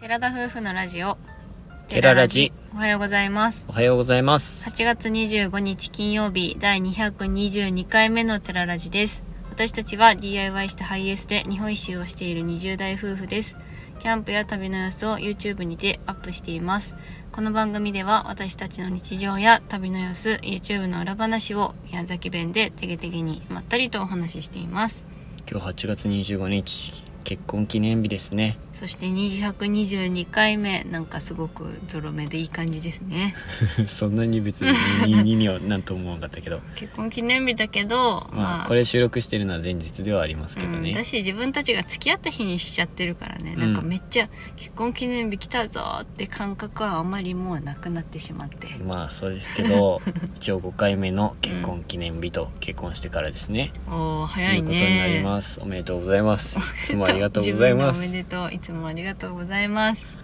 寺田夫婦のラジオ寺ラジおはようございますおはようございます。 8月25日金曜日第222回目の寺ラジです私たちは DIY したハイエースで日本一周をしている20代夫婦ですキャンプや旅の様子を YouTube にてアップしていますこの番組では私たちの日常や旅の様子 YouTube の裏話を宮崎弁でてげてげにまったりとお話ししています今日8月25日、結婚記念日ですね。そして222回目なんかすごくゾロ目でいい感じですね そんなに別 ににににはなんとも思わなかったけど。結婚記念日だけどまあ、これ収録してるのは前日ではありますけどうん、ねだ。し自分たちが付き合った日にしちゃってるからね、なんかめっちゃ結婚記念日来たぞーって感覚はあんまりもうなくなってしまってまあ、そうですけ ど、一応5回目の結婚記念日と結婚してからですね。おーと早いいうことになり ねます。おめでとうございます。いつもありがとうございま自分のおめす。でとういつもありがとうございます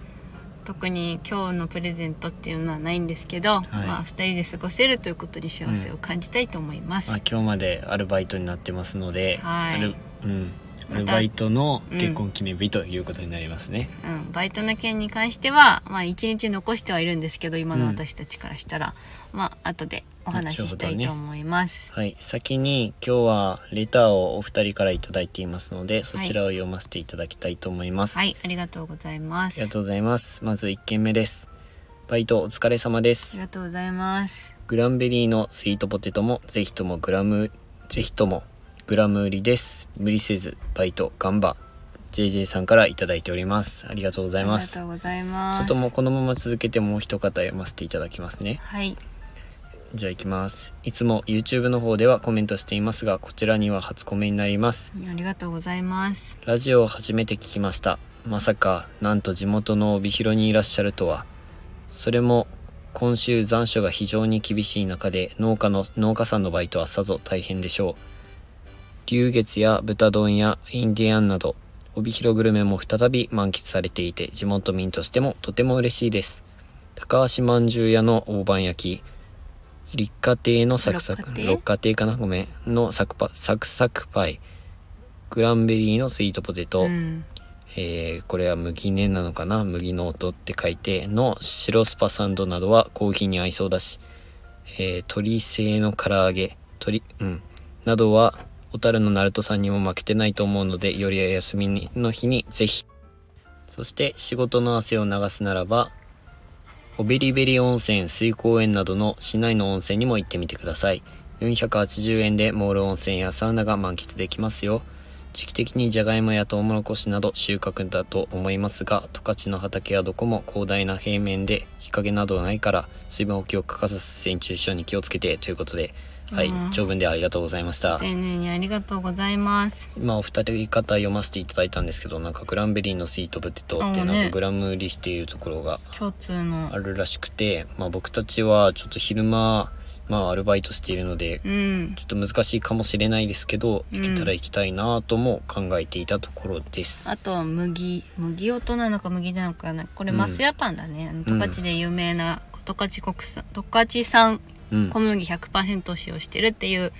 特に今日のプレゼントっていうのはないんですけど、いまあ2人で過ごせるということに幸せを感じたいと思います、まあ、今日までアルバイトになってますので、はいアルうん。またアルバイトの結婚記念日ということになりますね。うん、バイトの件に関しては、まあ、1日残してはいるんですけど今のうん私たちからしたら、まあ後でお話しした後ほいどねと思います、はい、先に今日はレターをお二人からいただいていますのでそちらを読ませていただきたいと思います、はいありがとうございまあすりがとうございますまず一件目ですバイトお疲れ様でありすがとうございますグランベリーのスイートポテトもぜひともグラムぜひともグラム売りです無理せずバイト頑張 JJ さんからいただいておりますありがとうござあいりがますとうございますちょっともうこのまま続けてもう一方読ませていただきますねはいじゃあ行きますいつも YouTube の方ではコメントしていますがこちらには初コメになりますありがとうございますラジオを初めて聞きました。まさか、なんと地元の帯広にいらっしゃるとは。それも、今週残暑が非常に厳しい中で、農家の、農家さんのバイトはさぞ大変でしょう。龍月や豚丼やインディアンなど、帯広グルメも再び満喫されていて、地元民としてもとても嬉しいです。高橋まんじゅう屋の大判焼き、立花亭のサクサク、六花亭六花亭かなごめん、のサクパ、サクサクパイ、グランベリーのスイートポテト、うん、えーこれは麦ねなのかな麦の音って書いての白スパサンドなどはコーヒーに合いそうだし、えー鶏製の唐揚げ鶏うんなどは小樽の鳴門さんにも負けてないと思うのでより休みの日にぜひそして仕事の汗を流すならばオベリベリ温泉水公園などの市内の温泉にも行ってみてください480円でモール温泉やサウナが満喫できますよ時期的にじゃがいもやトウモロコシなど収穫だと思いますが十勝の畑はどこも広大な平面で日陰などないから水分補給を欠かさず線虫症に気をつけてということではいうん長文でありがとうございました丁寧にありがとうございます今お二人方読ませていただいたんですけどなんかグランベリーのスイートポテトってあーなんねかグラム売りしているところが共通のあるらしくて、まあ、僕たちはちょっと昼間、まあ、アルバイトしているのでうんちょっと難しいかもしれないですけどうん行けたら行きたいなとも考えていたところです。あとは麦麦音なのか麦なのかなこれうんマスヤパンだね、あの十勝で有名な十勝国産十勝産うん小麦100%使用してるっていう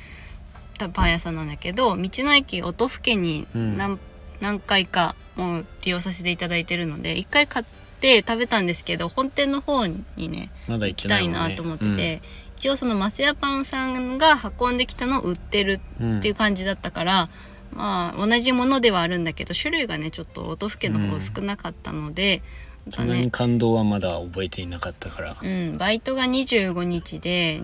多分パン屋さんなんだけど道の駅音更にうん何,、何回かもう利用させていただいてるので一回買って食べたんですけど本店の方にねまだ行行きけたないいもんねなと思ってて、一応そのマスヤパンさんが運んできたのを売ってるうんっていう感じだったから、まあ同じものではあるんだけど種類がねちょっと音更の方少なかったので、まそたんなねに感動はまだ覚えていなかったから、うん、バイトが25日で、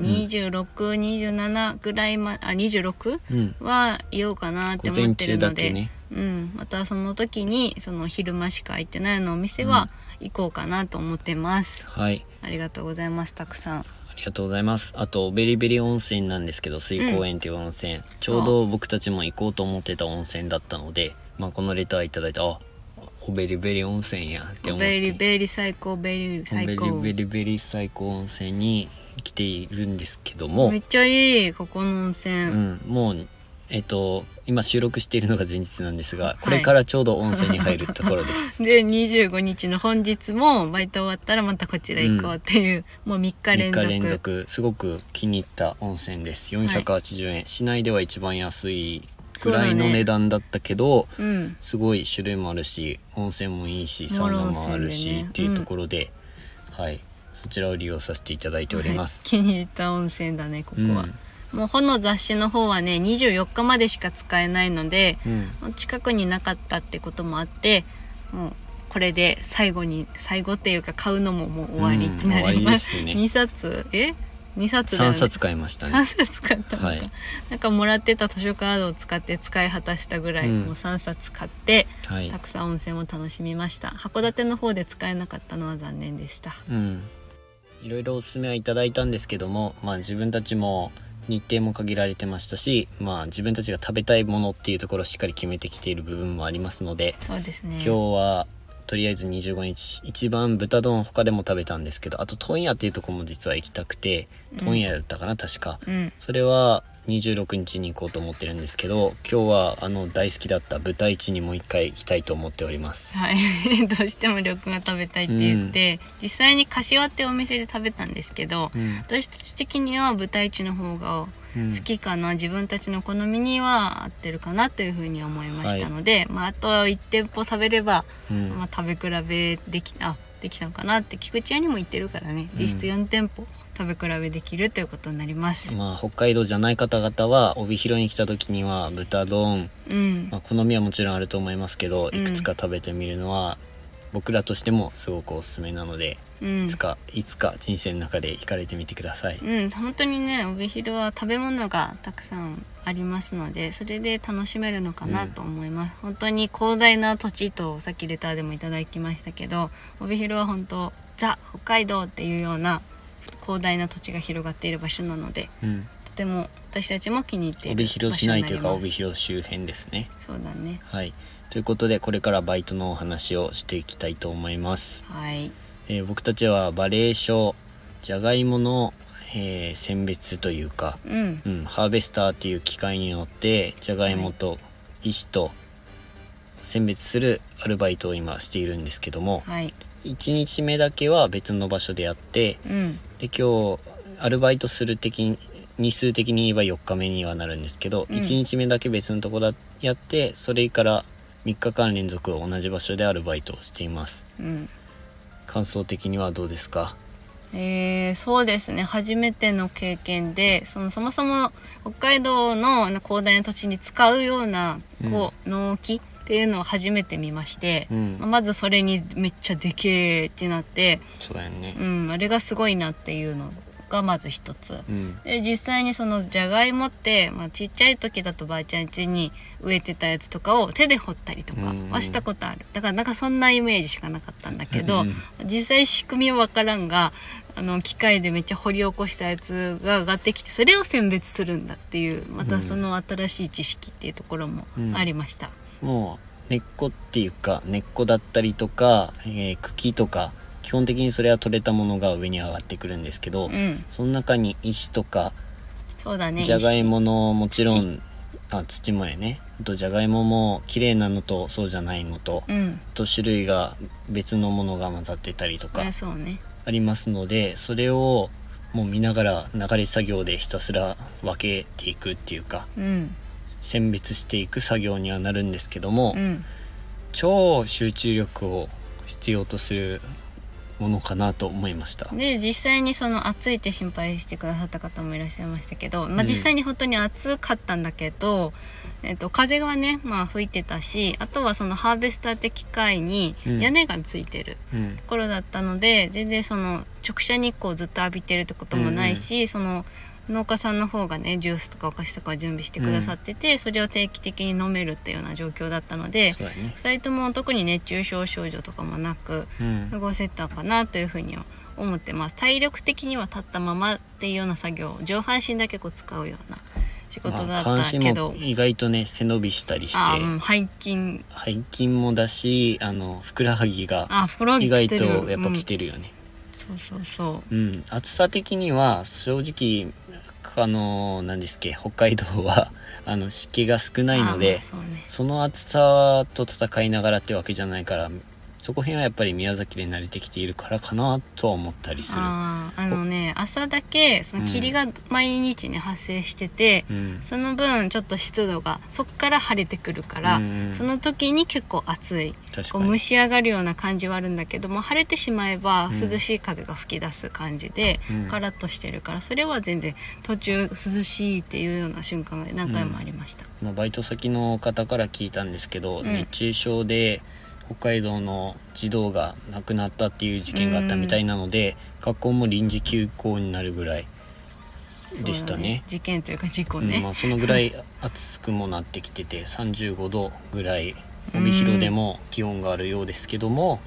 2627ぐらいまあ 26? うん、は言おうかなって午思っ前てる中のだで、けねうん、またその時にその昼間しか空いてないのお店は行こうかなと思ってます、はいありがとうございますたくさんありがとうございますあとベリベリ温泉なんですけど水公園っていう温泉、ちょうど僕たちも行こうと思ってた温泉だったので、まあ、このレターいただいてあおベリベリ温泉やって思っベリてベリ最高ベリ最お高ベリベリベリ最高温泉に来ているんですけどもめっちゃいいここの温泉、うん、もうえっと今収録しているのが前日なんですがいこれからちょうど温泉に入るところで すで25日の本日もバイト終わったらまたこちら行こうっていう、もう3日連3続日連続すごく気に入った温泉ですい480円、市内では一番安いそぐうだらねいの値段だったけど、うんすごい種類もあるし温泉もいいしサウナもあるし、モロ温泉でねっていうところで、はいそちらを利用させていただいておりまはすい、気に入った温泉だねここは、もう本の雑誌の方はね24日までしか使えないので、うん近くになかったってこともあってもうこれで最後に最後っていうか買うのももう終わりってなります,、うん終わりですね2冊え2冊だよ3ね冊買いました3ね冊買ったのか、はいなんかもらってた図書カードを使って使い果たしたぐらい、うんもう3冊買ってはいたくさん温泉を楽しみました函館の方で使えなかったのは残念でしたうんいろいろおすすめはいただいたんですけどもまあ自分たちも日程も限られてましたしまあ自分たちが食べたいものっていうところをしっかり決めてきている部分もありますので、そうですね今日はとりあえず25日一番豚丼他でも食べたんですけどあと問屋っていうとこも実は行きたくて問屋だったかな、確かうんそれは26日に行こうと思ってるんですけど今日はあの大好きだった豚市にもう一回行きたいと思っておりますはい どうしても緑が食べたいって言って、実際に柏ってお店で食べたんですけど、うん私たち的には豚一の方がうん好きかな、自分たちの好みには合ってるかなというふうに思いましたので、まあ、あと1店舗食べれば、うんまあ、食べ比べできあできたのかなって菊池屋にも行ってるからね実質4店舗食べ比べできるということになります。まあ北海道じゃない方々は帯広に来た時には豚丼、うんまあ、好みはもちろんあると思いますけどうんいくつか食べてみるのは僕らとしてもすごくおすすめなので、うんいつかいつか人生の中で行かれてみてください、うん、本当にね帯広は食べ物がたくさんありますのでそれで楽しめるのかなと思います、本当に広大な土地とさっきレターでもいただきましたけど帯広は本当ザ北海道っていうような広大な土地が広がっている場所なのでうんとても私たちも気に入っている帯広市内という場か所になり帯広周辺ですねますそうだねはいということでこれからバイトのお話をしていきたいと思います、はいえー僕たちはバレー症じゃがいもの、えー選別というか、うんうん、ハーベスターっていう機械に乗ってじゃがいもと石と選別するアルバイトを今しているんですけどもはい1日目だけは別の場所でやってうんで今日アルバイトする的に日数的に言えば4日目にはなるんですけど、うん1日目だけ別のとこだやってそれから3日間連続同じ場所でアルバイトをしていますうん感想的にはどうですかえーそうですね初めての経験でそのそもそも北海道のあの広大な土地に使うようなこう、農機っていうのを初めて見まして、うんまあまずそれにめっちゃでけえってなって、そうだよねうん、あれがすごいなっていうのがまず一つ。うんで実際にそのじゃがいもって、まあ、ちっちゃい時だとばあちゃん家に植えてたやつとかを手で掘ったりとかはしたことある、だからなんかそんなイメージしかなかったんだけど、うん実際仕組みは分からんがあの機械でめっちゃ掘り起こしたやつが上がってきてそれを選別するんだっていうまたその新しい知識っていうところもありました。もう根っこっていうか根っこだったりとか、えー茎とか基本的にそれは取れたものが上に上がってくるんですけど、うん、その中に石とかそうだねじゃがいもものもちろんあ土もやねあとじゃがいもも綺麗なのとそうじゃないのと、うんあと種類が別のものが混ざってたりとかあそうねありますのでそれをもう見ながら流れ作業でひたすら分けていくっていうかうん選別していく作業にはなるんですけども、うん超集中力を必要とするものかなと思いました。で実際にその暑いって心配してくださった方もいらっしゃいましたけど、まあ、うん実際に本当に暑かったんだけど、えっと風がね、まあ、吹いてたしあとはそのハーベスターって機械にうん屋根がついてるうんところだったので、全然その直射日光をずっと浴びてるってこともないし、その農家さんの方がねジュースとかお菓子とかを準備してくださってて、それを定期的に飲めるっていうような状況だったのでそうだね、 2人とも特に熱中症症状とかもなく。うん過ごせたかなというふうには思ってます体力的には立ったままっていうような作業上半身だけこう使うような仕事だまっあ、た関け心ども、意外とね背伸びしたりしてあ、うん、背筋背筋もだしあのふくらはぎがあフロー意に来外てとるやっぱ来る、てるよね。うんそうそうそうん、暑さ的には正直あの何ですっけ北海道は あの湿気が少うないのあまであそうねその暑さと戦いながらってわけじゃないからそこ辺はやっぱり宮崎で慣れてきているからかなとは思ったりする。あーあのね朝だけその霧が毎日ね発生してて、うんその分ちょっと湿度がそっから晴れてくるから、うんうんその時に結構暑い確かにこう蒸し上がるような感じはあるんだけども晴れてしまえばうん涼しい風が吹き出す感じで、うんカラッとしてるからそれは全然途中涼しいっていうような瞬間が何回もありました。まあ、バイト先の方から聞いたんですけど、ん熱中症で北海道の児童が亡くなったっていう事件があったみたいなので、学校も臨時休校になるぐらいそうだでしたね。事件というか事故うんねまあ、。そのぐらい暑くもなってきてて35度ぐらい帯広でも気温があるようですけども、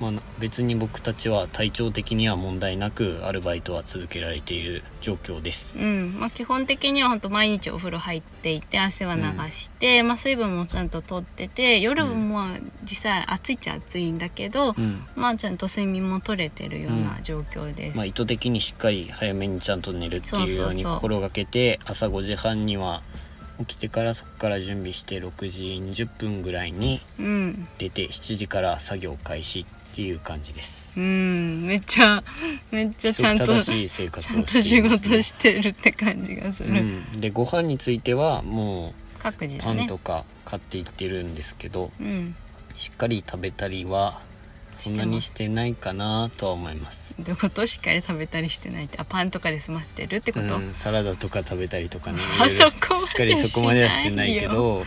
まあな、別に僕たちは体調的には問題なくアルバイトは続けられている状況です。うんまあ、基本的には本当毎日お風呂入っていて汗は流して、まあ、水分もちゃんととってて夜もまあ実際暑いっちゃ暑いんだけど、うんまあ、ちゃんと睡眠も取れてるよううな状況です。まあ、意図的にしっかり早めにちゃんと寝るってそうそういそううように心がけて朝5時半には起きてからそこから準備して6時20分ぐらいにうん出て7時から作業開始っていう感じです。うん、めっちゃめっちゃちゃんと規則正ちしい生活ゃんをとしてい仕ます、ね事してるって感じがする、うん、でご飯についてはも各う自パだンねとか買っていってるんですけどうんしっかり食べたりはそんなにしてないかなとは思います。どういうことしっかり食べたりしてないってあパンとかで済ませてるってうこと、うんん、サラダとか食べたりとかねあいろいろしそこまでっかりそこまではしてないしけないど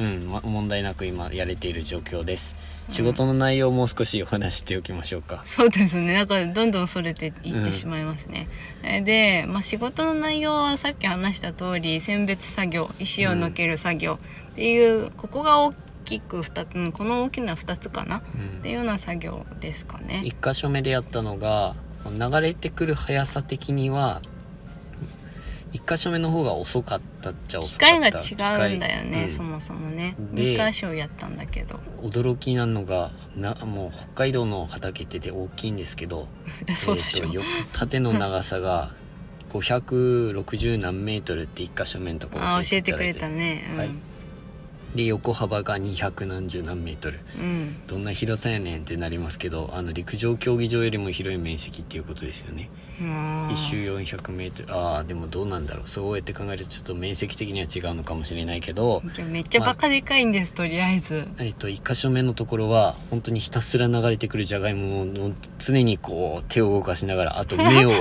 うん、ま、問題なく今やれている状況です仕事の内容をもう少しお話ししておきましょうか、そうですねなんかどんどんそれていっうんてしまいますね、えで、まあ、仕事の内容はさっき話した通り選別作業石をのける作業っていう、ここが大きく2つうんこの大きな2つかな、っていうような作業ですかね一箇所目でやったのが流れてくる速さ的には一箇所目の方が遅かったっちゃ機遅かっ械がた違うんだよね、うんそもそもねで2箇所やったんだけど 驚きなのがなもう北海道の畑ってて大きいんですけどそうでしょ、えーとよ縦の長さが560何メートルって一箇所目のとこあろー教えてくれたねうん、はいで横幅が200何十何メートルうんどんな広さやねんってなりますけどあの陸上競技場よりも広い面積っていうことですよねあー1周 400m ああでもどうなんだろうそうやって考えるとちょっと面積的には違うのかもしれないけどめっちゃバカでかいんです、とりあえずえっと1箇所目のところは本当にひたすら流れてくるじゃがいもを常にこう手を動かしながらあと 目を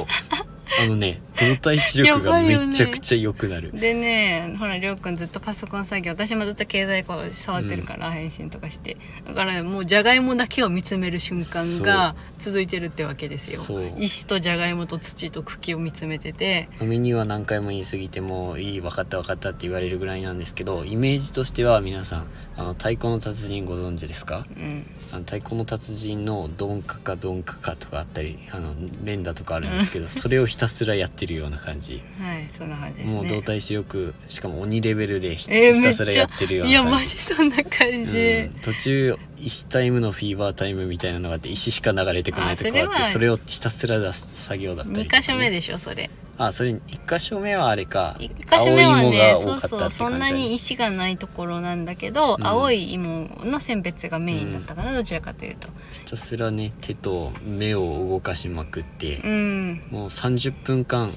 あのね動体視力がめちゃくちゃ良くなる、でねほらりょうくんずっとパソコン作業私もずっと携帯こう触ってるから、返信とかしてだからもうじゃがいもだけを見つめる瞬間が続いてるってわけですそうよ石とじゃがいもと土と茎を見つめてて飲みには何回も言い過ぎてもいい分かった分かったって言われるぐらいなんですけどイメージとしては皆さんあの太鼓の達人ご存知ですかうんあの太鼓の達人のドンカカドンカカとかあったりあの連打とかあるんですけど それをひたすらやってるような感じ、はいそんな感じですねもう動体視力しかも鬼レベルでひ,、えー、ためっすらちゃやってるよういなやマ感ジじそんな感じ、うん、途中石タイムのフィーバータイムみたいなのがあって石しか流れてこないとこがあってあそれはそれをひたすら出す作業だったり二とかね、箇所目でしょそれあそれ1箇所目はあれか一箇所目はね青そ芋がう多かったってそう感じそんなに石がないところなんだけど、ん青い芋の選別がメインだったかな、どちらかというとひたすらね手と目を動かしまくって、うんもう30分間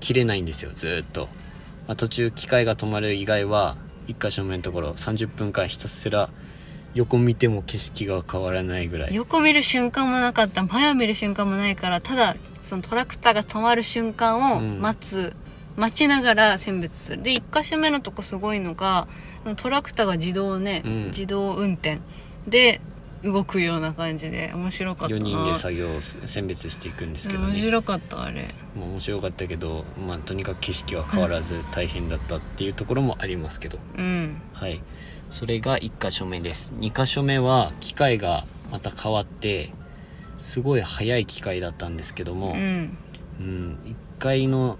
切れないんですよずーっと、まあ、途中機械が止まる以外は1箇所目のところ30分間ひたすら横見ても景色が変わらないぐらい横見る瞬間もなかった前を見る瞬間もないからただそのトラクターが止まる瞬間をうん待つ、待ちながら選別するで1箇所目のとこすごいのがそのトラクターが自動ね、うん自動運転で動くような感じで面白かった4な人で作業を選別していくんですけど面ね白かったあれもう面白かったけど、まあ、とにかく景色は変わらず大変だったっていうところもありますけど、うんはいそれが1箇所目です2箇所目は機械がまた変わってすごい速い機械だったんですけども、うんうん、1階の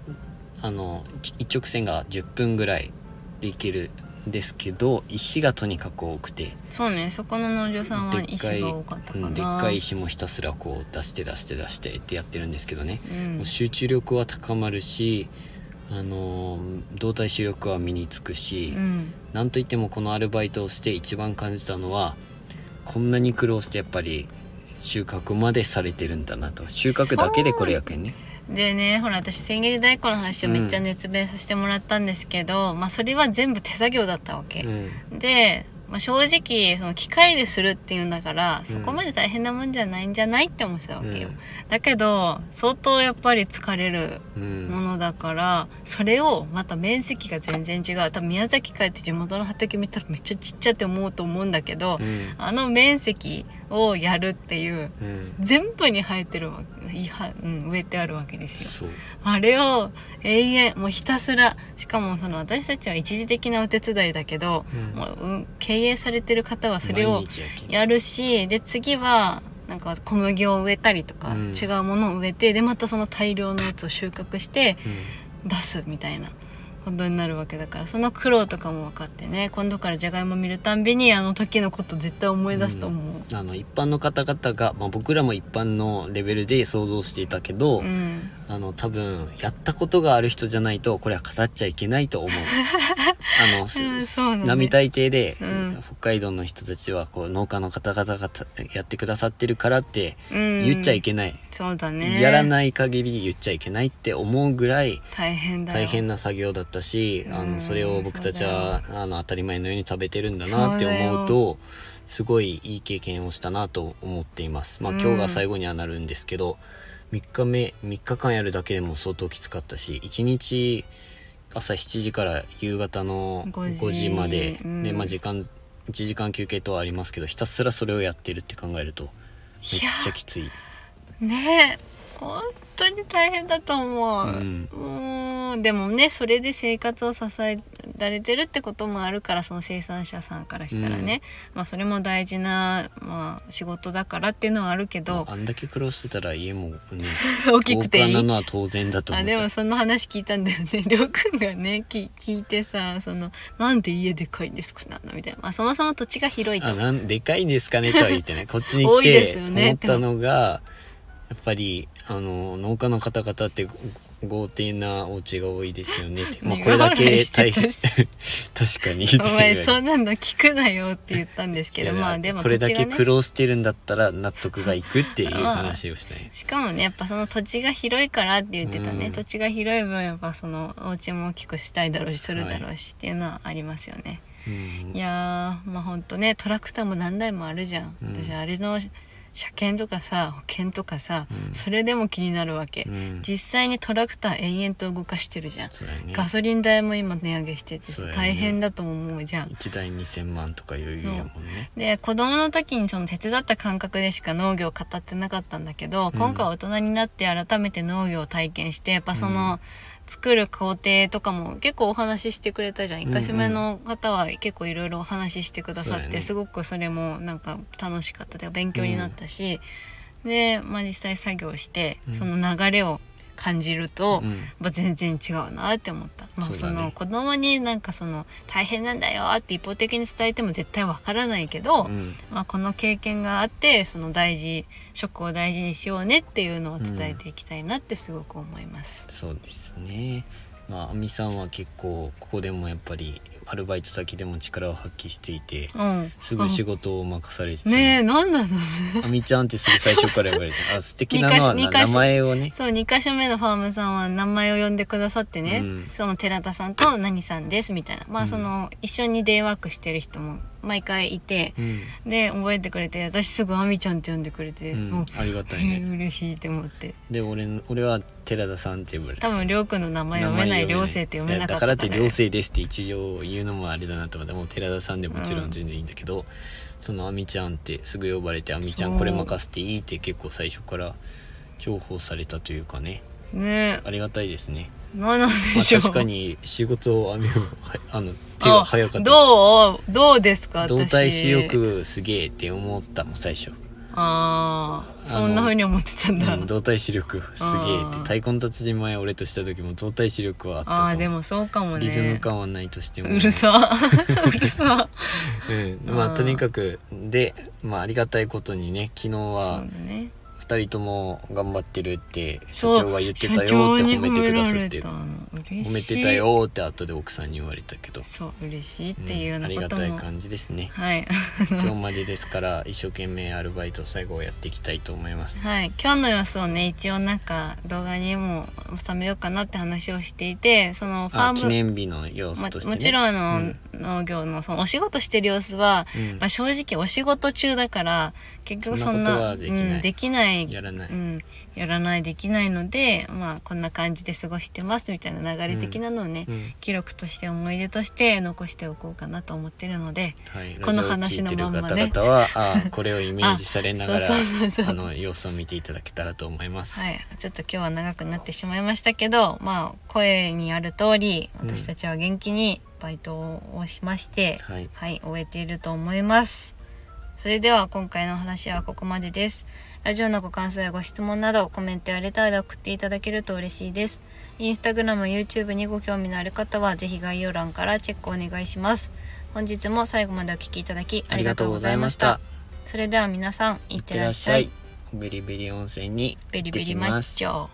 あの一一直線が10分ぐらいで行けるんですけど石がとにかく多くてそうねそこの農場さんはでっかい石が多かったかうなんでっかい石もひたすらこう出して出して出してってやってるんですけどね、うんもう集中力は高まるし、あのー動体視力は身につくし、うんなんといってもこのアルバイトをして一番感じたのはこんなに苦労してやっぱり収穫までされてるんだなと収穫だけでこれ100円ねでねほら私千切り大根の話をめっちゃ熱弁させてもらったんですけど、まあそれは全部手作業だったわけ、うんで、まあ、正直その機械でするっていうんだからうんそこまで大変なもんじゃないんじゃないって思ってたわけよ、うんだけど相当やっぱり疲れるうもんのだからそれをまた面積が全然違う多分宮崎帰って地元の畑見たらめっちゃちっちゃって思うと思うんだけど、うんあの面積をやるっていううん全部に生えてるわけいは、うん、植えてあるわけですよそうあれを永遠もうひたすらしかもその私たちは一時的なお手伝いだけど、うんもううん経営されてる方はそれを毎日やけんやるしで次はなんか小麦を植えたりとか、うん違うものを植えてでまたその大量のやつを収穫して出すみたいなことになるわけだからその苦労とかも分かってね今度からじゃがいも見るたんびにあの時のこと絶対思い出すと思う。うんあの一般の方々が、まあ、僕らも一般のレベルで想像していたけど、うんあの多分やったことがある人じゃないとこれは語っちゃいけないと 思うあの、すうんすそうだね並大抵で、うん北海道の人たちはこう農家の方々がたやってくださってるからってうん、言っちゃいけない、そうだねやらない限り言っちゃいけないって思うぐらい大変だよ大変な作業だったし、あうんのそれを僕たちはあの当たり前のように食べてるんだなってそうだよ思うとすごいいい経験をしたなと思っています。まあ、うん今日が最後にはなるんですけど、3日目3日間やるだけでも相当きつかったし1日朝7時から夕方の5時5時まで、うんでまあ、時間1時間休憩とはありますけどひたすらそれをやってるって考えるとめっやちゃきつい。ねえ本当に大変だと思う、うんーんでもねそれで生活を支えられてるってこともあるからその生産者さんからしたらね、まあそれも大事な、まあ、仕事だからっていうのはあるけど、あんだけ苦労してたら家もね 大きくていい豪華なのは当然だと思あっでたもその話聞いたんだよね りょうくんがねき聞いてさその「なんで家でかいんですかなんだ」みたいな、まあ、そもそも土地が広いとあなんでかいんですかねとは言っ てねこっちに多来いでてすよ思ねったのがやっぱりあの農家の方々ってご豪邸なお家が多いですよ ねって、まあ、ねこれだけ我慢大して変たし 確かにお前そんんなの聞くなよって言ったんですけどまあでもこれだ土地けがね苦労してるんだったら納得がいくっていう話をしたい、しかもねやっぱその土地が広いからって言ってたね、うん土地が広い分やっぱそのお家も大きくしたいだろうしするだろうしっていうのは ありますよね、うんい、やーまあほんとねトラクターも何台もあるじゃん、うん私あれの車検とかさ保険とかさ、うんそれでも気になるわけ、うん実際にトラクター延々と動かしてるじゃん、そうだよねガソリン代も今値上げしててそうだよね大変だとも思うじゃん1台2,000万とか余裕やもんねで子供の時にその手伝った感覚でしか農業を語ってなかったんだけど、うん今回大人になって改めて農業を体験してやっぱそうの、作る工程とかも結構お話ししてくれたじゃんうんう1ん回目の方は結構いろいろお話ししてくださそうっだて、ねすごくそれもなんか楽しかったで勉強になったし、で、まあ、実際作業して、うんその流れを感じると、うんまあ全然違うなって思った、まあ、そうそだねの子供になんかその大変なんだよって一方的に伝えても絶対わからないけど、うんまあ、この経験があってその大事食を大事にしようねっていうのを伝えていきたいなってすごく思います。そうですねまあ亜美さんは結構ここでもやっぱりアルバイト先でも力を発揮していてうん、すぐ仕事を任されてあねえ何なのあみちゃんってすぐ最初から言われてあ素敵なのは二な箇所二箇名所前をねそう2か所目のファームさんは名前を呼んでくださってね、うんその寺田さんと何さんですみたいなまうあんその一緒にデイワークしてる人も毎回いてう、ん、で覚えてくれて私すぐ「あみちゃん」って呼んでくれて、うんもうありがたいね、嬉しいって思ってで俺の俺は寺田さんって呼ばれて多分りょうくんの名前読めない名両前生って読めなかったいやだからって両生ですって一応言うのもあれだなと思ってもう寺田さんでもちろん全然いいんだけど、そのあみちゃんってすぐ呼ばれてあみちゃんこれ任せていいって結構最初から重宝されたというかねねありがたいですね、何なんまでしょあ、う、確かに仕事をあみをはあの手が早かったどうどうですか私動体視力すげえって思ったもん最初、ああそんなあの風に思ってたんだ、うん、動体視力すげえあってー太鼓の達人前俺とした時も動体視力はあったとあ思あうでもそうかもねリズム感はないとしてもうるさうるさうん、まああーとにかくで、まあ、ありがたいことにね昨そ日うだはね2人とも頑張ってるって社そう長が言ってたよって褒めてくださ社長に褒ってめられたの嬉褒めしいてたよって後で奥さんに言われたけど、そう嬉しいっうんていうようなありこがとたいも、感じです ねはい今日までですから一生懸命アルバイト最後やっていきたいと思います、はい、今日の様子をね一応なんか動画にも収めようかなって話をしていてそのファあー記ム、念日の様子もとして、ね、もちろんあの、うん農業のそのお仕事してる様子は、うんまあ、正直お仕事中だから結局そんなそんなことはできないうん、できないやらない、うん、やらないできないのでまあこんな感じで過ごしてますみたいな流れ的なのをね、うん記録として思い出として残しておこうかなと思ってるのではい、この話のまんまねラジオを聞いてる方々はあ これをイメージされながらあそうそうそうそうあの様子を見ていただけたらと思います、はい、ちょっと今日は長くなってしまいましたけど、まあ、声にある通りうん私たちは元気にバイトをしまして、はいはい、終えていると思います。それでは今回のお話はここまでです。ラジオのご感想やご質問などコメントやレターで送っていただけると嬉しいです。インスタグラム、YouTube にご興味のある方はぜひ概要欄からチェックお願いします。本日も最後までお聞きいただきあありりががととううごござざいいままししたた。それでは皆さん、いっいっててららっっししゃゃいい。ベリベリ温泉にベリベリ行ってきマまッすチョ。